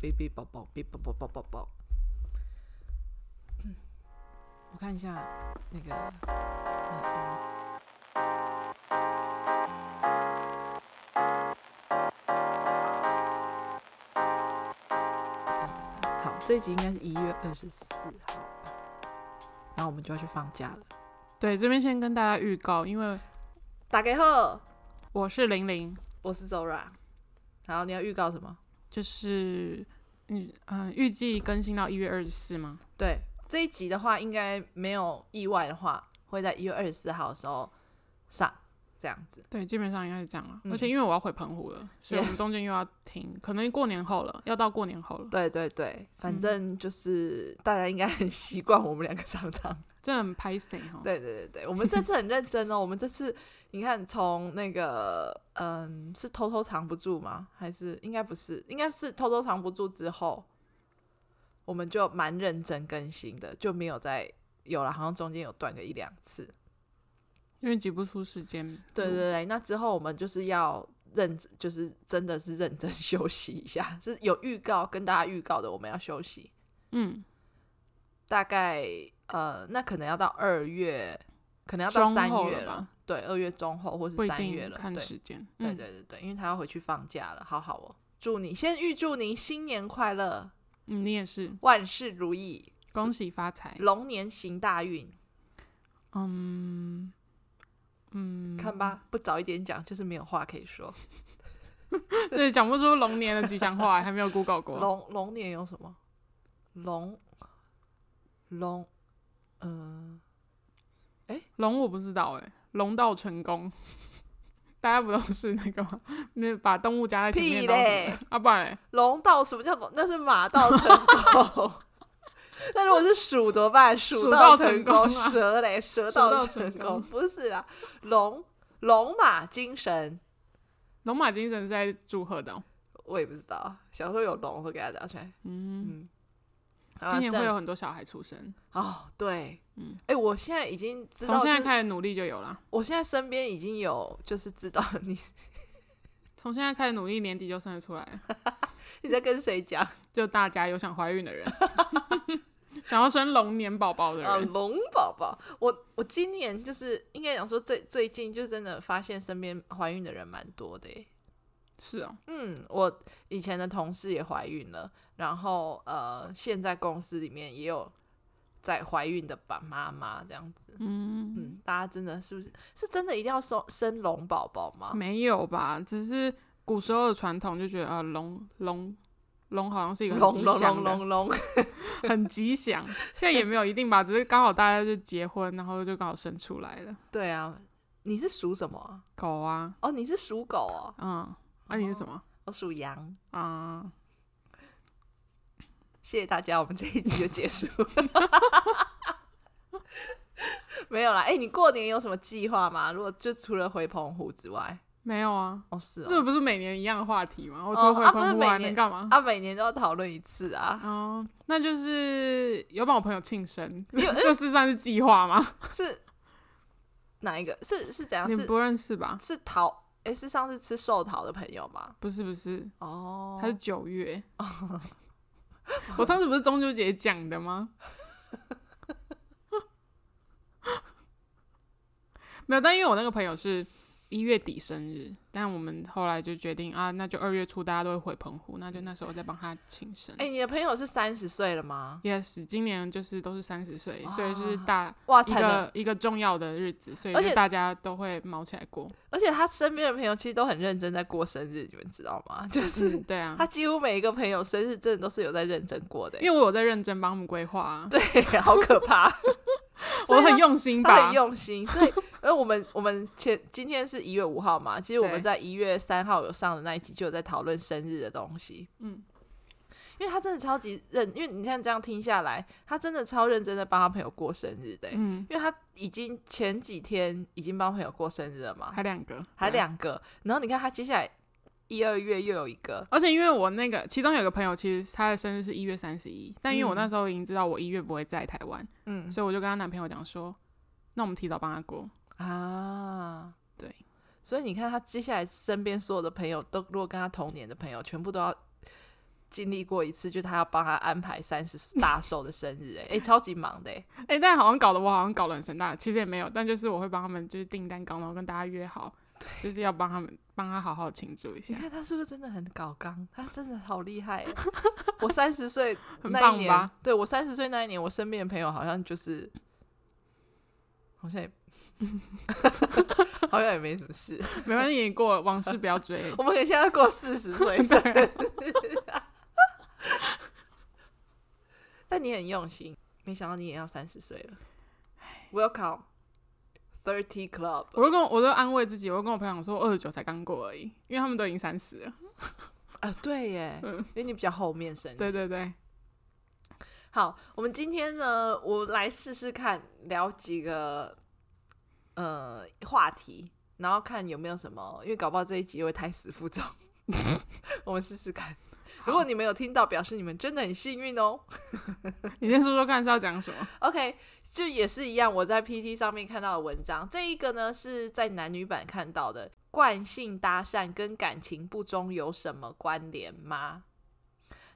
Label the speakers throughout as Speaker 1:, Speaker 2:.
Speaker 1: baby 宝宝，baby 宝宝宝宝宝。嗯我看一下那个，嗯嗯，好，这一集应该是一月二十四号吧，然后我们就要去放假了。
Speaker 2: 对，这边先跟大家预告，因为
Speaker 1: 打给后，
Speaker 2: 我是玲玲，
Speaker 1: 我是 Zora。然后你要预告什么？
Speaker 2: 就是嗯嗯，预计更新到一月二十四吗？
Speaker 1: 对，这一集的话，应该没有意外的话，会在一月二十四号的时候上，这样子。
Speaker 2: 对，基本上应该是这样了。
Speaker 1: 嗯
Speaker 2: 而且因为我要回澎湖了，所以
Speaker 1: Yeah
Speaker 2: 我们中间又要停，可能过年后了，要到过年后了，
Speaker 1: 对对对，反正就是大家应该很习惯我们两个上场。
Speaker 2: 真的很拍死哈。
Speaker 1: 对对对对，我们这次很认真哦。我们这次你看，从那个嗯，是偷偷藏不住吗？还是应该不是？应该是偷偷藏不住之后，我们就蛮认真更新的，就没有再有了，好像中间有断个一两次。
Speaker 2: 因为挤不出时间。
Speaker 1: 对对，对，那之后我们就是要认真，就是真的是认真 休息一下，是有预告跟大家预告的，我们要休息，
Speaker 2: 嗯，
Speaker 1: 大概呃，那可能要到二月，可能要到
Speaker 2: 中
Speaker 1: 三
Speaker 2: 后
Speaker 1: 月
Speaker 2: 了吧
Speaker 1: 对，二月中后或是
Speaker 2: 不一
Speaker 1: 三月
Speaker 2: 定
Speaker 1: 了，
Speaker 2: 看
Speaker 1: 对
Speaker 2: 时间。
Speaker 1: 对
Speaker 2: 嗯，
Speaker 1: 对对对，因为他要回去放假了，好好哦，祝你先预祝您新年快乐，
Speaker 2: 嗯，你也是，
Speaker 1: 万事如意，
Speaker 2: 恭喜发财。
Speaker 1: 龙年行大运，
Speaker 2: 嗯嗯，
Speaker 1: 看吧，不早一点讲就是没有话可以说，
Speaker 2: 对，讲不出龙年的吉祥话，还没有 Google 过。
Speaker 1: 龙龙年有什么？龙龙，嗯、
Speaker 2: 龙我不知道哎、龙到成功， 大家不都是那个吗？那把动物加在前面
Speaker 1: 屁
Speaker 2: 然后什么
Speaker 1: 嘞
Speaker 2: 的啊，不然嘞
Speaker 1: 龙到什么叫龙？那是马到成功。 那如果是鼠怎么办？鼠
Speaker 2: 鼠
Speaker 1: 到
Speaker 2: 到
Speaker 1: 成
Speaker 2: 成
Speaker 1: 功，
Speaker 2: 功啊
Speaker 1: 蛇嘞，蛇
Speaker 2: 蛇
Speaker 1: 到
Speaker 2: 到
Speaker 1: 成
Speaker 2: 成
Speaker 1: 功，
Speaker 2: 功
Speaker 1: 不是啊，龙龙马精神，
Speaker 2: 龙马精神是在祝贺的哦、
Speaker 1: 我也不知道，小时候有龙都给他讲出来。
Speaker 2: 嗯，
Speaker 1: 嗯，好啦
Speaker 2: 今年
Speaker 1: 这
Speaker 2: 会
Speaker 1: 样
Speaker 2: 有很多小孩出生，
Speaker 1: 哦，对，嗯
Speaker 2: 嗯，
Speaker 1: 哎、我现在已经知
Speaker 2: 从
Speaker 1: 道，
Speaker 2: 现在
Speaker 1: 就是
Speaker 2: 开始努力就有啦。
Speaker 1: 我现在身边已经有，就是知道你
Speaker 2: 从现在开始努力，年底就生得出来了。
Speaker 1: 你在跟谁讲
Speaker 2: 就大家有想怀孕的人， 想要生龙年宝宝的
Speaker 1: 啊，
Speaker 2: 人，
Speaker 1: 龙宝宝。我我今年就是应该讲说最最近就真的发现身边怀孕的人蛮多的耶、
Speaker 2: 是哦，
Speaker 1: 嗯，我以前的同事也怀孕了，然后呃，现在公司里面也有在怀孕的爸妈妈这样子。
Speaker 2: 嗯，
Speaker 1: 嗯，大家真的是不是是真的一定要生生龙宝宝吗？
Speaker 2: 没有吧？只是古时候的传统就觉得啊，龙龙龙好像是一个很
Speaker 1: 龙
Speaker 2: 吉
Speaker 1: 龙
Speaker 2: 祥
Speaker 1: 龙
Speaker 2: 的
Speaker 1: 龙龙，
Speaker 2: 很吉祥。现在也没有一定吧，只是刚好大家就结婚，然后就刚好生出来了。
Speaker 1: 对啊，你是属什么啊？
Speaker 2: 狗啊，
Speaker 1: 哦，你是属狗哦，
Speaker 2: 嗯，啊你是什么
Speaker 1: 我属羊。
Speaker 2: 啊、
Speaker 1: 谢谢大家，我们这一集就结束。 没有啦，哎、你过年有什么计划吗？如果就除了回澎湖之外，
Speaker 2: 没有啊，
Speaker 1: 哦是
Speaker 2: 这
Speaker 1: 哦，
Speaker 2: 不是每年一样的话题吗？我
Speaker 1: 哦
Speaker 2: 除了回
Speaker 1: 啊不是
Speaker 2: 澎湖
Speaker 1: 每
Speaker 2: 还
Speaker 1: 年
Speaker 2: 能干嘛？
Speaker 1: 啊，每年都要讨论一次啊，
Speaker 2: 哦，那就是有帮我朋友庆生， 这是算是计 划吗？
Speaker 1: 是哪一个？是是怎样？
Speaker 2: 你
Speaker 1: 啊是
Speaker 2: 们不认识吧？
Speaker 1: 是桃？哎、是上次吃寿桃的朋友吗？
Speaker 2: 不是不是，
Speaker 1: 哦
Speaker 2: 他是九 月。我上次不是中秋节讲的吗？ 没有，但因为我那个朋友是一月底生日，但我们后来就决定啊，那就二月初大家都会回澎湖，那就那时候再帮他庆生。
Speaker 1: 哎、你的朋友是三十岁了吗？
Speaker 2: yes，今年就是都是三十岁，所以就是
Speaker 1: 哇
Speaker 2: 大
Speaker 1: 哇，
Speaker 2: 一
Speaker 1: 才能
Speaker 2: 个一个重要的日子，所以
Speaker 1: 而且
Speaker 2: 就大家都会毛起来过。
Speaker 1: 而且他身边的朋友其实都很认真在过生日，你们知道吗？ 就是
Speaker 2: 嗯，对啊
Speaker 1: 他，几乎每一个朋友生日真的都是有在认真过的，欸
Speaker 2: 因为我有在认真帮他们规划、啊，
Speaker 1: 对， 好可怕，
Speaker 2: 我很用心
Speaker 1: 他
Speaker 2: 吧
Speaker 1: 很？用心。所以，而我们我们前今天是一月五号嘛，其实我们
Speaker 2: 对
Speaker 1: 在一月三号有上的那一集就有在讨论生日的东西，
Speaker 2: 嗯，
Speaker 1: 因为他真的超级认，因为你看这样听下来，他真的超认真的帮他朋友过生日的，欸
Speaker 2: 嗯，
Speaker 1: 因为他已经前几天已经帮朋友过生日了嘛，
Speaker 2: 还两个，
Speaker 1: 还
Speaker 2: 对啊。
Speaker 1: 两个，然后你看他接下来一二月又有一个，
Speaker 2: 而且因为我那个，其中有个朋友，其实他的生日是一月三十一，但因为
Speaker 1: 嗯
Speaker 2: 我那时候已经知道我一月不会在台湾，
Speaker 1: 嗯
Speaker 2: 所以我就跟她男朋友讲说，那我们提早帮他过。
Speaker 1: 啊，
Speaker 2: 对，
Speaker 1: 所以你看他接下来身边所有的朋友都，如果跟他同年的朋友，全部都要经历过一次，就是他要帮他安排三十大寿的生日、欸，哎、 超级忙的、欸，
Speaker 2: 哎、但好像搞得我好像搞得很盛大，其实也没有，但就是我会帮他们就是订蛋糕，然后跟大家约好，就是要帮他们帮他好好庆祝一
Speaker 1: 你
Speaker 2: 下，
Speaker 1: 看他是不是真的很搞刚？他真的好厉害、 欸！我三十岁
Speaker 2: 很
Speaker 1: 那一
Speaker 2: 棒
Speaker 1: 年
Speaker 2: 吧？，
Speaker 1: 对我三十岁那一年，我身边的朋友好像就是，好像也 好像也没什么事。
Speaker 2: 没关系，你过了往事不要追。
Speaker 1: 我们可以现在过四十 岁生日，但你很用心，没想到你也要三十岁了。Welcome Thirty Club，
Speaker 2: 我都跟我我都安慰自己，我都跟我朋友说，二十九才刚过而已，因为他们都已经三十了。
Speaker 1: 啊，对耶，
Speaker 2: 嗯
Speaker 1: 因为你比较后面生日。
Speaker 2: 对对对，
Speaker 1: 好，我们今天呢，我来试试看聊几个呃话题，然后看有没有什么，因为搞不好这一集会胎死腹中， 我们试试看。如果你们有听到，表示你们真的很幸运哦。
Speaker 2: 你先说说看是要讲什么？
Speaker 1: OK，就也是一样，我在 PT 上面看到的文章，这一个呢是在男女版看到的，惯性搭讪跟感情不忠有什么关联吗？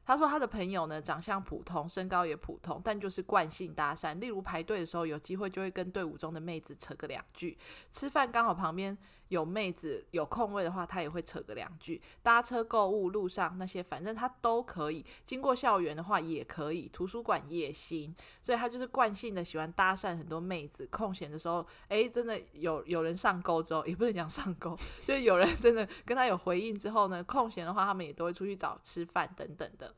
Speaker 1: 他说他的朋友呢长相普通，身高也普通，但就是惯性搭讪，例如排队的时候有机会就会跟队伍中的妹子扯个两句，吃饭刚好旁边有妹子有空位的话，他也会扯个两句，搭车、购物、路上那些，反正他都可以。经过校园的话也可以，图书馆也行。所以他就是惯性的喜欢搭讪很多妹子。空闲的时候，哎，真的有有人上钩之后，也不能讲上钩， 就是有人真的跟他有回应之后呢，空闲的话，他们也都会出去找吃饭等等的。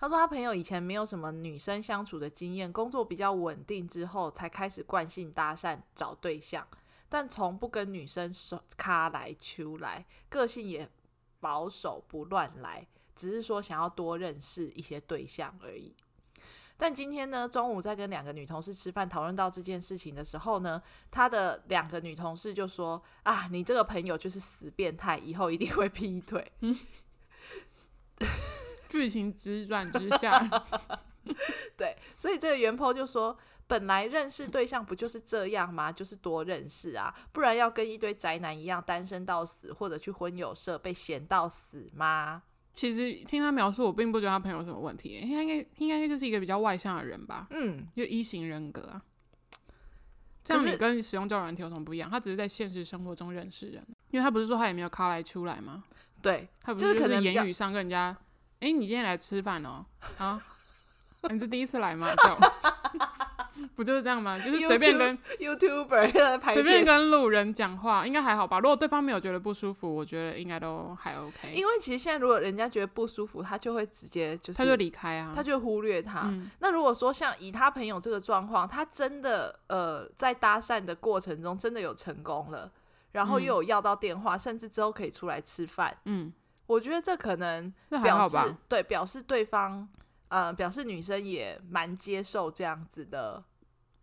Speaker 1: 他说他朋友以前没有什么女生相处的经验，工作比较稳定之后，才开始惯性搭讪找对象，但从不跟女生手卡来秋来，个性也保守不乱来，只是说想要多认识一些对象而已。但今天呢，中午在跟两个女同事吃饭，讨论到这件事情的时候呢，他的两个女同事就说：“啊，你这个朋友就是死变态，以后一定会劈腿。
Speaker 2: 剧情直转之下，”
Speaker 1: 对，所以这个袁坡就说：“本来认识对象不就是这样吗？就是多认识啊，不然要跟一堆宅男一样单身到死，或者去婚友社被嫌到死吗？”
Speaker 2: 其实听他描述，我并不觉得他朋友有什么问题，应该应该应该就是一个比较外向的人吧，
Speaker 1: 嗯，
Speaker 2: 就一型人格啊。这
Speaker 1: 可是
Speaker 2: 样你跟使用交友软体有什么不一样？他只是在现实生活中认识人，因为他不是说他也没有卡来出来吗？
Speaker 1: 对，
Speaker 2: 他不
Speaker 1: 就是是可能比较
Speaker 2: 言语上跟人家，哎、你今天来吃饭哦，啊， 你是第一次来吗？这种 不就是这样吗？就是随便跟
Speaker 1: YouTuber 在拍
Speaker 2: 随便
Speaker 1: 片。
Speaker 2: 跟路人讲话，应该还好吧？如果对方没有觉得不舒服，我觉得应该都还 OK，
Speaker 1: 因为其实现在如果人家觉得不舒服，他就会直接就是
Speaker 2: 他就离开啊。
Speaker 1: 他就忽略他。
Speaker 2: 嗯
Speaker 1: 那如果说像以他朋友这个状况，他真的呃在搭讪的过程中真的有成功了，然后
Speaker 2: 嗯
Speaker 1: 又有要到电话，甚至之后可以出来吃饭，
Speaker 2: 嗯，
Speaker 1: 我觉得这可能
Speaker 2: 那还
Speaker 1: 表
Speaker 2: 好
Speaker 1: 示
Speaker 2: 吧？
Speaker 1: 对表示对方呃表示女生也蛮接受这样子的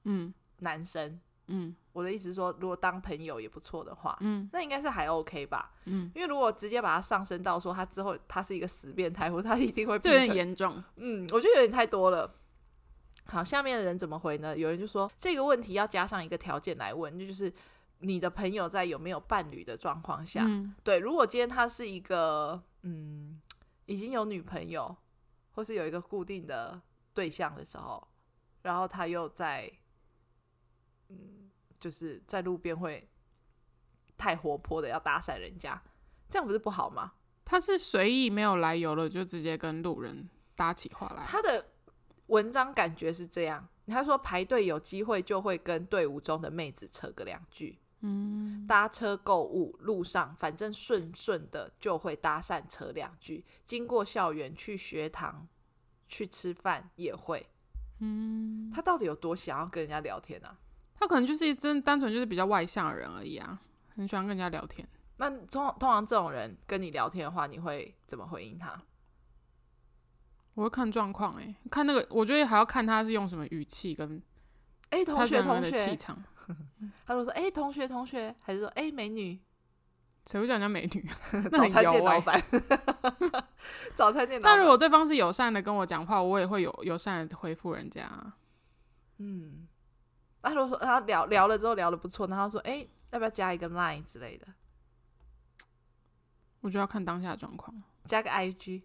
Speaker 2: 嗯
Speaker 1: 男生。
Speaker 2: 嗯
Speaker 1: 我的意思是说，如果当朋友也不错的话，
Speaker 2: 嗯
Speaker 1: 那应该是还 OK 吧？
Speaker 2: 嗯，
Speaker 1: 因为如果直接把他上升到说他之后他是一个死变态，或者他一定会
Speaker 2: 这
Speaker 1: 劈
Speaker 2: 有
Speaker 1: 腿
Speaker 2: 点严重。
Speaker 1: 嗯，我觉得有点太多了。好，下面的人怎么回呢？有人就说这个问题要加上一个条件来问，那就是你的朋友在有没有伴侣的状况下，
Speaker 2: 嗯
Speaker 1: 对，如果今天他是一个嗯已经有女朋友，或是有一个固定的对象的时候，然后他又在嗯就是在路边会太活泼的要搭讪人家，这样不是不好吗？
Speaker 2: 他是随意没有来由的，就直接跟路人搭起话来。
Speaker 1: 他的文章感觉是这样，他说排队有机会就会跟队伍中的妹子扯个两句，
Speaker 2: 嗯，
Speaker 1: 搭车购物路上反正顺顺的就会搭讪扯两句，经过校园去学堂去吃饭也会。
Speaker 2: 嗯，
Speaker 1: 他到底有多想要跟人家聊天啊？
Speaker 2: 他可能就是真单纯就是比较外向的人而已啊，很喜欢跟人家聊天。
Speaker 1: 那通通常这种人跟你聊天的话，你会怎么回应他？
Speaker 2: 我会看状况诶，看那个，我觉得还要看他是用什么语气跟
Speaker 1: 哎、
Speaker 2: 他
Speaker 1: 同
Speaker 2: 这
Speaker 1: 学，
Speaker 2: 样
Speaker 1: 同
Speaker 2: 的气
Speaker 1: 学，
Speaker 2: 场。
Speaker 1: 他就说，哎、同学，同学，还是说，哎、美女，
Speaker 2: 谁会叫人家美 女？啊那
Speaker 1: 早
Speaker 2: 很
Speaker 1: 餐
Speaker 2: 油
Speaker 1: 店
Speaker 2: 诶。
Speaker 1: 老板， 早餐店老板。
Speaker 2: 但如果对方是友善的跟我讲话，我也会有友善的回复人家啊。
Speaker 1: 嗯，他如果说他聊聊了之后聊的不错，然后他说哎、诶要不要加一个 line 之类的？
Speaker 2: 我觉得要看当下的状况。
Speaker 1: 加个 IG。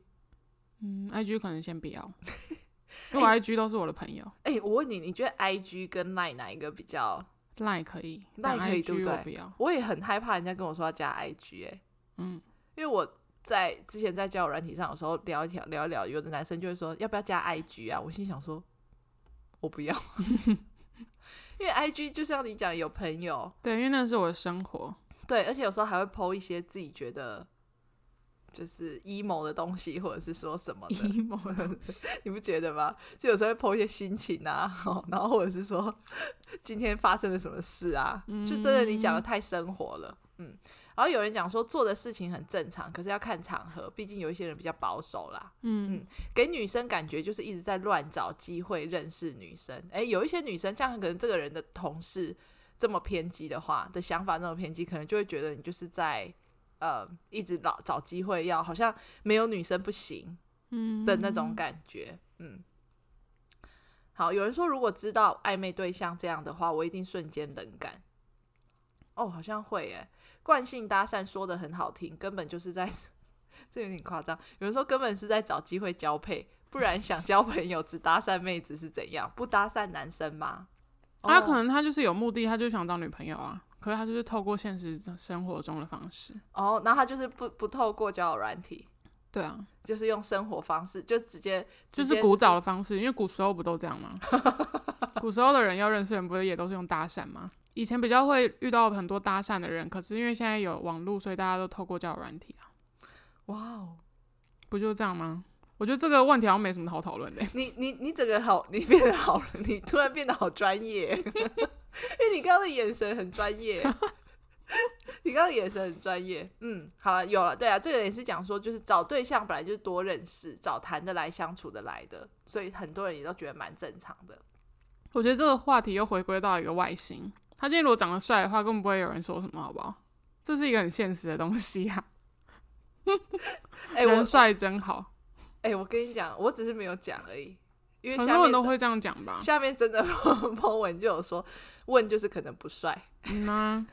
Speaker 2: 嗯，IG 可能先不要，因为我 IG 都是我的朋友
Speaker 1: 哎、我问你，你觉得 IG 跟 Line 哪一个比较？
Speaker 2: ，Line 可以，
Speaker 1: Line
Speaker 2: 但
Speaker 1: 可以
Speaker 2: IG
Speaker 1: 对不对
Speaker 2: 我不要。
Speaker 1: 我也很害怕人家跟我说要加 IG 哎、
Speaker 2: 嗯，
Speaker 1: 因为我在之前在交友软体上，有时候聊一聊聊一聊，有的男生就会说要不要加 IG 啊？我心想说，我不要，因为 IG 就像你讲有朋友，
Speaker 2: 对，因为那是我的生活。
Speaker 1: 对，而且有时候还会 PO 一些自己觉得就是 emo 的东西，或者是说什么的，
Speaker 2: emo 的东西
Speaker 1: 你不觉得吗？就有时候会 PO 一些心情啊，哦然后或者是说今天发生了什么事啊，就真的你讲的太生活了，嗯。然后有人讲说做的事情很正常，可是要看场合，毕竟有一些人比较保守啦。
Speaker 2: 嗯，
Speaker 1: 给女生感觉就是一直在乱找机会认识女生。诶，有一些女生像可能这个人的同事这么偏激的话，的想法这么偏激，可能就会觉得你就是在呃一直老找机会要，好像没有女生不行
Speaker 2: 嗯
Speaker 1: 的那种感觉。嗯。好，有人说如果知道暧昧对象这样的话，我一定瞬间冷感。哦，好像会耶。惯性搭讪说的很好听，根本就是在， 这有点夸张。有人说根本是在找机会交配，不然想交朋友只搭讪妹子是怎样？不搭讪男生吗？
Speaker 2: 他
Speaker 1: 哦
Speaker 2: 可能他就是有目的，他就想找女朋友啊。可是他就是透过现实生活中的方式，
Speaker 1: 哦，然后他就是不不透过交友软体，
Speaker 2: 对啊，
Speaker 1: 就是用生活方式，就直接
Speaker 2: 就
Speaker 1: 直
Speaker 2: 是
Speaker 1: 接
Speaker 2: 古早的方式，因为古时候不都这样吗？ 古时候的人要认识人，不是也都是用搭讪吗？以前比较会遇到很多搭讪的人，可是因为现在有网络，所以大家都透过交友软体啊，
Speaker 1: 哇哦，
Speaker 2: 不就这样吗？我觉得这个问题好像没什么好讨论的、
Speaker 1: 你你你整个好，你变得好了，你突然变得好专业， 因为你刚刚的眼神很专业， 你刚刚的眼神很专业。嗯，好了，有了，对啊，这个也是讲说，就是找对象本来就是多认识，找谈得来、相处得来的，所以很多人也都觉得蛮正常的。
Speaker 2: 我觉得这个话题又回归到一个外形，他今天如果长得帅的话，根本不会有人说什么，好不好？这是一个很现实的东西啊，
Speaker 1: 哎、我
Speaker 2: 人帅真好，
Speaker 1: 哎、我跟你讲，我只是没有讲而已，因为
Speaker 2: 很
Speaker 1: 下
Speaker 2: 多
Speaker 1: 面
Speaker 2: 人都会这样讲吧？
Speaker 1: 下面真的 朋文就有说，问就是可能不帅，
Speaker 2: 嗯啊，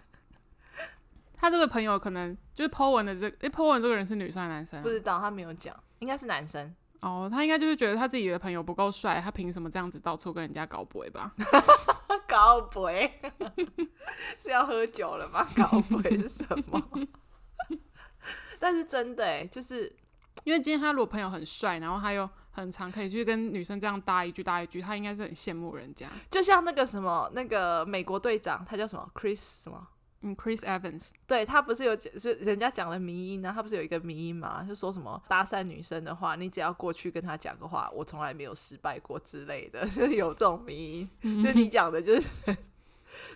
Speaker 2: 他这个朋友可能就是 Po 文的这，诶 Po 文这个人是女生还是男生啊、
Speaker 1: 不知道他没有讲，应该是男生。
Speaker 2: 哦，他应该就是觉得他自己的朋友不够帅，他凭什么这样子到处跟人家搞 boy 吧？
Speaker 1: 高杯是要喝酒了吗？高杯是什么？但是真的哎、就是
Speaker 2: 因为今天他如果朋友很帅，然后他又很常可以去跟女生这样搭一句搭一句，他应该是很羡慕人家。
Speaker 1: 就像那个什么，那个美国队长，他叫什么？Chris 什么？
Speaker 2: 嗯，Chris Evans，
Speaker 1: 对他不是有就是人家讲的迷音呢、他不是有一个迷音嘛，就说什么搭讪女生的话，你只要过去跟他讲个话，我从来没有失败过之类的， 就是有这种迷音，就你讲的就是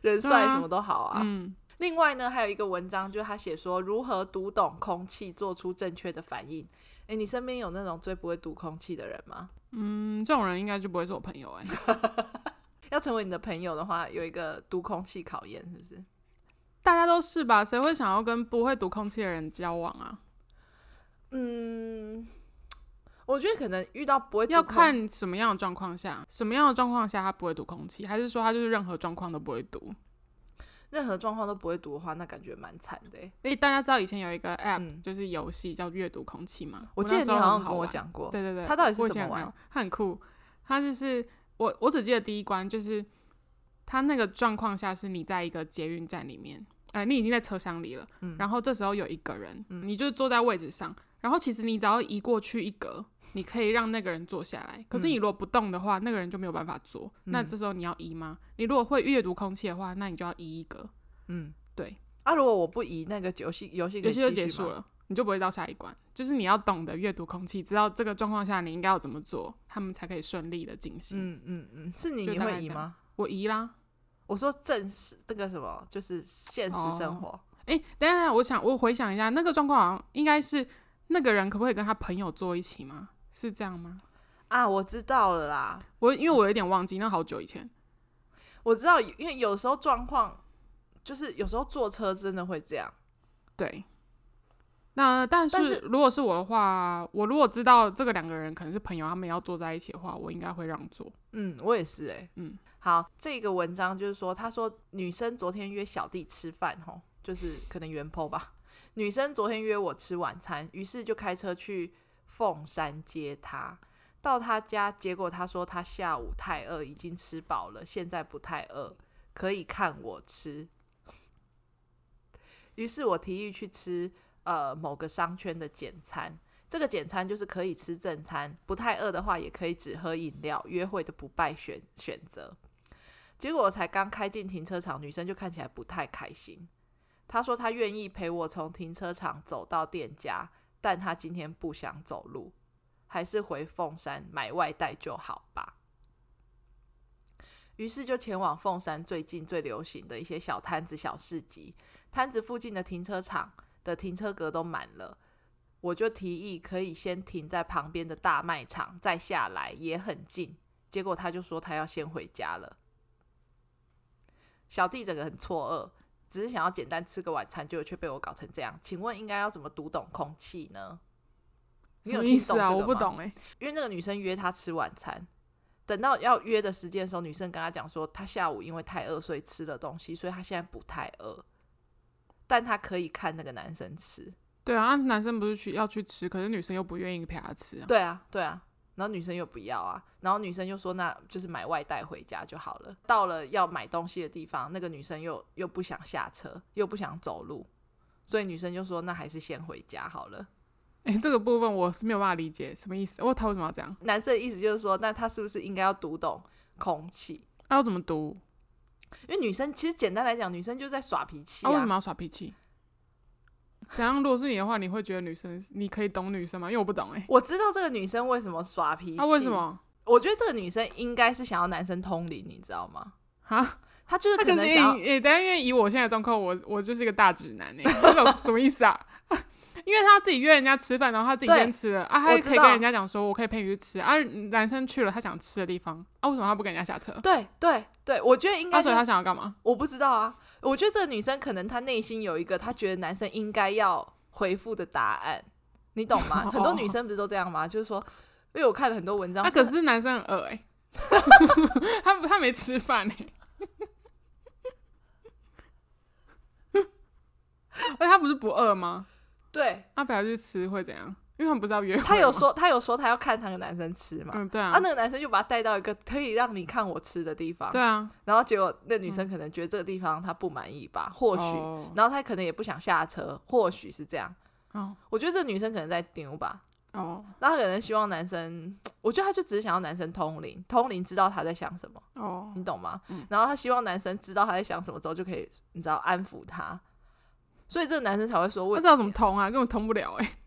Speaker 1: 人帅什么都好啊，
Speaker 2: 嗯，
Speaker 1: 另外呢，还有一个文章，就是他写说如何读懂空气，做出正确的反应。诶，你身边有那种最不会读空气的人吗？
Speaker 2: 嗯，这种人应该就不会是我朋友哎、
Speaker 1: 要成为你的朋友的话，有一个读空气考验，是不是？
Speaker 2: 大家都是吧？谁会想要跟不会读空气的人交往啊？
Speaker 1: 嗯，我觉得可能遇到不会读
Speaker 2: 要
Speaker 1: 空
Speaker 2: 看什么样的状况下，什么样的状况下他不会读空气，还是说他就是任何状况都不会读？
Speaker 1: 任何状况都不会读的话，那感觉蛮惨的诶。
Speaker 2: 而且大家知道以前有一个 app、
Speaker 1: 嗯
Speaker 2: 就是游戏叫阅读空气嘛，
Speaker 1: 记得
Speaker 2: 那
Speaker 1: 你
Speaker 2: 时候很
Speaker 1: 好像跟我
Speaker 2: 玩
Speaker 1: 讲过，
Speaker 2: 对对对，
Speaker 1: 它到底是
Speaker 2: 我以
Speaker 1: 怎么
Speaker 2: 前有
Speaker 1: 玩
Speaker 2: 看过？它很酷，它就是我我只记得第一关就是它那个状况下是你在一个捷运站里面，呃，你已经在车厢里了，
Speaker 1: 嗯
Speaker 2: 然后这时候有一个人，你就坐在位置上，然后其实你只要移过去一格。你可以让那个人坐下来，可是你如果不动的话，那个人就没有办法坐。那
Speaker 1: 嗯
Speaker 2: 这时候你要移吗？你如果会阅读空气的话，那你就要移一格，
Speaker 1: 嗯，
Speaker 2: 对。
Speaker 1: 啊，如果我不移那个游戏，游戏可
Speaker 2: 游
Speaker 1: 以
Speaker 2: 戏就
Speaker 1: 继续
Speaker 2: 结束
Speaker 1: 吗。
Speaker 2: 了，你就不会到下一关。就是你要懂得阅读空气，知道这个状况下你应该要怎么做，他们才可以顺利的进行。
Speaker 1: 嗯嗯嗯，是你
Speaker 2: 就
Speaker 1: 你
Speaker 2: 大概
Speaker 1: 会移
Speaker 2: 这样
Speaker 1: 吗？
Speaker 2: 我移啦。
Speaker 1: 我说正是这个什么，就是现
Speaker 2: 哦
Speaker 1: 实生活。
Speaker 2: 诶，等一下，我想我回想一下，那个状况好像应该是那个人可不可以跟他朋友坐一起吗？是这样吗？
Speaker 1: 啊，我知道了啦，
Speaker 2: 我因为我有点忘记，那好久以前。
Speaker 1: 我知道，因为有时候状况就是有时候坐车真的会这样，
Speaker 2: 对。那但是
Speaker 1: 但是
Speaker 2: 如果是我的话，我如果知道这个两个人可能是朋友，他们要坐在一起的话，我应该会让座。
Speaker 1: 嗯，我也是哎、
Speaker 2: 嗯，
Speaker 1: 好，这个文章就是说，他说女生昨天约小弟吃饭，吼，就是可能原 po 吧，女生昨天约我吃晚餐，于是就开车去凤山接她。到她家，结果她说她下午太饿，已经吃饱了，现在不太饿，可以看我吃。于是我提议去吃呃某个商圈的简餐，这个简餐就是可以吃正餐，不太饿的话也可以只喝饮料，约会的不败选选择。结果我才刚开进停车场，女生就看起来不太开心。她说她愿意陪我从停车场走到店家，但她今天不想走路，还是回凤山买外带就好吧。于是就前往凤山最近最流行的一些小摊子、小市集，摊子附近的停车场的停车格都满了。我就提议可以先停在旁边的大卖场，再下来也很近。结果他就说他要先回家了。小弟整个很错愕，只是想要简单吃个晚餐，结果却被我搞成这样。请问应该要怎么读懂空气呢？你
Speaker 2: 什
Speaker 1: 有
Speaker 2: 么
Speaker 1: 听
Speaker 2: 意思
Speaker 1: 懂
Speaker 2: 啊？
Speaker 1: 这
Speaker 2: 我
Speaker 1: 个
Speaker 2: 不
Speaker 1: 吗
Speaker 2: 懂哎、
Speaker 1: 因为那个女生约他吃晚餐，等到要约的时间的时候，女生跟他讲说，她下午因为太饿，所以吃了东西，所以她现在不太饿，但她可以看那个男生吃。
Speaker 2: 对啊，男生不是去要去吃，可是女生又不愿意陪他吃啊。
Speaker 1: 对啊，对啊。然后女生又不要啊，然后女生又说那就是买外带回家就好了。到了要买东西的地方，那个女生又又不想下车，又不想走路，所以女生就说那还是先回家好了。
Speaker 2: 哎、这个部分我是没有办法理解，什么意思？我他为什么要这样？
Speaker 1: 男生的意思就是说，那他是不是应该要读懂空气？
Speaker 2: 那、要怎么读？
Speaker 1: 因为女生其实简单来讲，女生就在耍脾气
Speaker 2: 那、
Speaker 1: 啊。
Speaker 2: 为什么要耍脾气？怎样？如果是你的话，你会觉得女生你可以懂女生吗？因为我不懂哎、欸。啊
Speaker 1: 我知道这个女生为什么耍脾气。
Speaker 2: 那、为什？么？
Speaker 1: 我觉得这个女生应该是想要男生通灵，你知道吗？
Speaker 2: 啊，
Speaker 1: 她就是
Speaker 2: 那
Speaker 1: 可
Speaker 2: 可
Speaker 1: 能
Speaker 2: 是
Speaker 1: 想要
Speaker 2: 也等一下，因为以我现在的状况，我我就是一个大直男哎、欸，这种什么意思啊？ 因为他自己约人家吃饭，然后他自己
Speaker 1: 对
Speaker 2: 先吃了啊，
Speaker 1: 我
Speaker 2: 他也
Speaker 1: 知
Speaker 2: 可以
Speaker 1: 道
Speaker 2: 跟人家讲说，我可以陪你去吃啊。男生去了他想吃的地方啊，为什么他不跟人家下车？
Speaker 1: 对对对，我觉得应
Speaker 2: 那、
Speaker 1: 该、
Speaker 2: 啊、所以他想要干嘛？
Speaker 1: 我不知道啊。我觉得这个女生可能她内心有一个她觉得男生应该要回复的答案，你懂吗？
Speaker 2: 哦
Speaker 1: 很多女生不是都这样吗？就是说，因为我看了很多文章，
Speaker 2: 那、啊可是男生很饿哎、欸， 他他没吃饭哎、 而且他不是不饿吗？
Speaker 1: 对
Speaker 2: 他陪他去吃会怎样？因为他们不是要约会吗
Speaker 1: 她有说她有说她要看那个男生吃嘛。
Speaker 2: 嗯，对啊，
Speaker 1: 啊，那个男生就把她带到一个可以让你看我吃的地方，
Speaker 2: 对啊，
Speaker 1: 然后结果那女生可能觉得这个地方她不满意吧，或许
Speaker 2: 嗯哦
Speaker 1: 然后他可能也不想下车，或许是这样。
Speaker 2: 哦
Speaker 1: 我觉得这女生可能在丢吧，
Speaker 2: 哦
Speaker 1: 那她可能希望男生，我觉得她就只是想要男生通灵，通灵知道她在想什么，
Speaker 2: 哦
Speaker 1: 你懂吗？
Speaker 2: 嗯
Speaker 1: 然后她希望男生知道她在想什么之后，就可以你知道安抚她，所以这个男生才会说
Speaker 2: 那
Speaker 1: 为
Speaker 2: 知道怎么通啊？根本通不了哎、欸。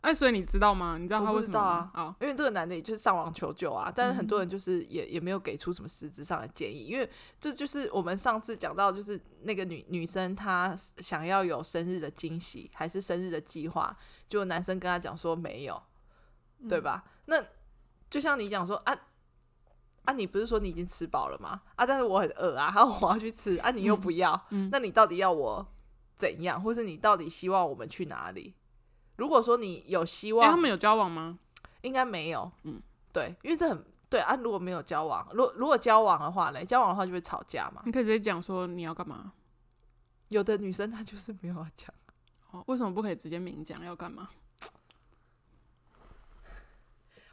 Speaker 2: 哎、所以你知道吗？你知道
Speaker 1: 我
Speaker 2: 他
Speaker 1: 不
Speaker 2: 为什
Speaker 1: 知
Speaker 2: 么
Speaker 1: 道啊
Speaker 2: 吗？哦，
Speaker 1: 因为这个男的也就是上网求救啊，但是很
Speaker 2: 嗯
Speaker 1: 多人就是也、也没有给出什么实质上的建议，因为这就是我们上次讲到，就是那个女女生她想要有生日的惊喜还是生日的计划，就男生跟她讲说没有，
Speaker 2: 嗯
Speaker 1: 对吧？那就像你讲说啊啊，你不是说你已经吃饱了吗？啊，但是我很饿啊， 然后我要去吃啊，你又不要，
Speaker 2: 嗯
Speaker 1: 那你到底要我怎样，或是你到底希望我们去哪里？如果说你有希
Speaker 2: 哎、
Speaker 1: 望，
Speaker 2: 他们有交往吗？
Speaker 1: 应该没有，
Speaker 2: 嗯，
Speaker 1: 对，因为这很对啊。如果没有交往，如果如果交往的话嘞，交往的话就会吵架嘛。
Speaker 2: 你可以直接讲说你要干嘛
Speaker 1: 有的女生她就是没有要讲，
Speaker 2: 哦？为什么不可以直接明讲要干嘛？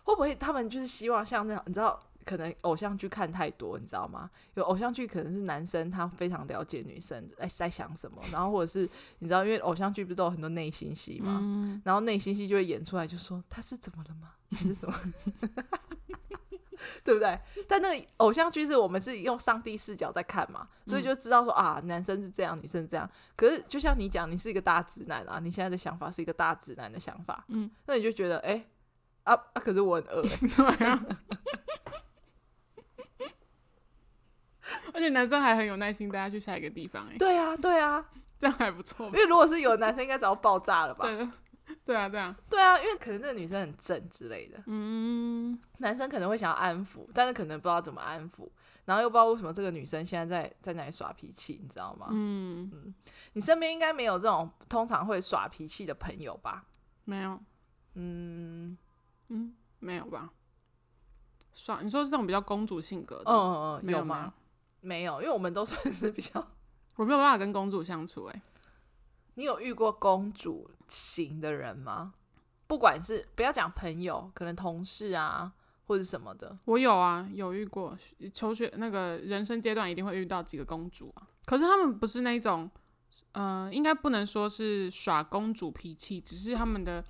Speaker 1: 会不会他们就是希望像那样，你知道，可能偶像剧看太多，你知道吗？有偶像剧可能是男生他非常了解女生在在想什么，然后或者是你知道，因为偶像剧不是都有很多内心戏嘛，
Speaker 2: 嗯，
Speaker 1: 然后内心戏就会演出来，就说他是怎么了吗？还是什么？ 对不对？但那个偶像剧是我们是用上帝视角在看嘛，所以
Speaker 2: 嗯
Speaker 1: 就知道说、啊，男生是这样，女生是这样。可是就像你讲，你是一个大直男啊，你现在的想法是一个大直男的想法，
Speaker 2: 嗯，
Speaker 1: 那你就觉得哎、啊啊，可是我很饿、
Speaker 2: 对啊。而且男生还很有耐心带他去下一个地方、欸，哎，
Speaker 1: 对啊，对啊，
Speaker 2: 这样还不错
Speaker 1: 因
Speaker 2: 吧？
Speaker 1: 为如果是有男生，应该早就爆炸了吧？
Speaker 2: 对，对啊，对啊，
Speaker 1: 对啊，因为可能那个女生很正之类的，
Speaker 2: 嗯，
Speaker 1: 男生可能会想要安抚，但是可能不知道怎么安抚，然后又不知道为什么这个女生现在在在那里耍脾气，你知道吗？
Speaker 2: 嗯，
Speaker 1: 你身边应该没有这种通常会耍脾气的朋友吧？
Speaker 2: 没有，
Speaker 1: 嗯
Speaker 2: 嗯，没有吧？爽，你说是这种比较公主性格
Speaker 1: 嗯
Speaker 2: 的，
Speaker 1: 嗯，嗯
Speaker 2: 没有没有
Speaker 1: 吗？没有，因为我们都算是比较
Speaker 2: 我没有办法跟公主相处、欸，哎，
Speaker 1: 你有遇过公主型的人吗？不管是不要讲朋友，可能同事啊或者什么的，
Speaker 2: 我有啊，有遇过求学那个人生阶段一定会遇到几个公主啊，可是他们不是那种，呃，应该不能说是耍公主脾气，只是他们的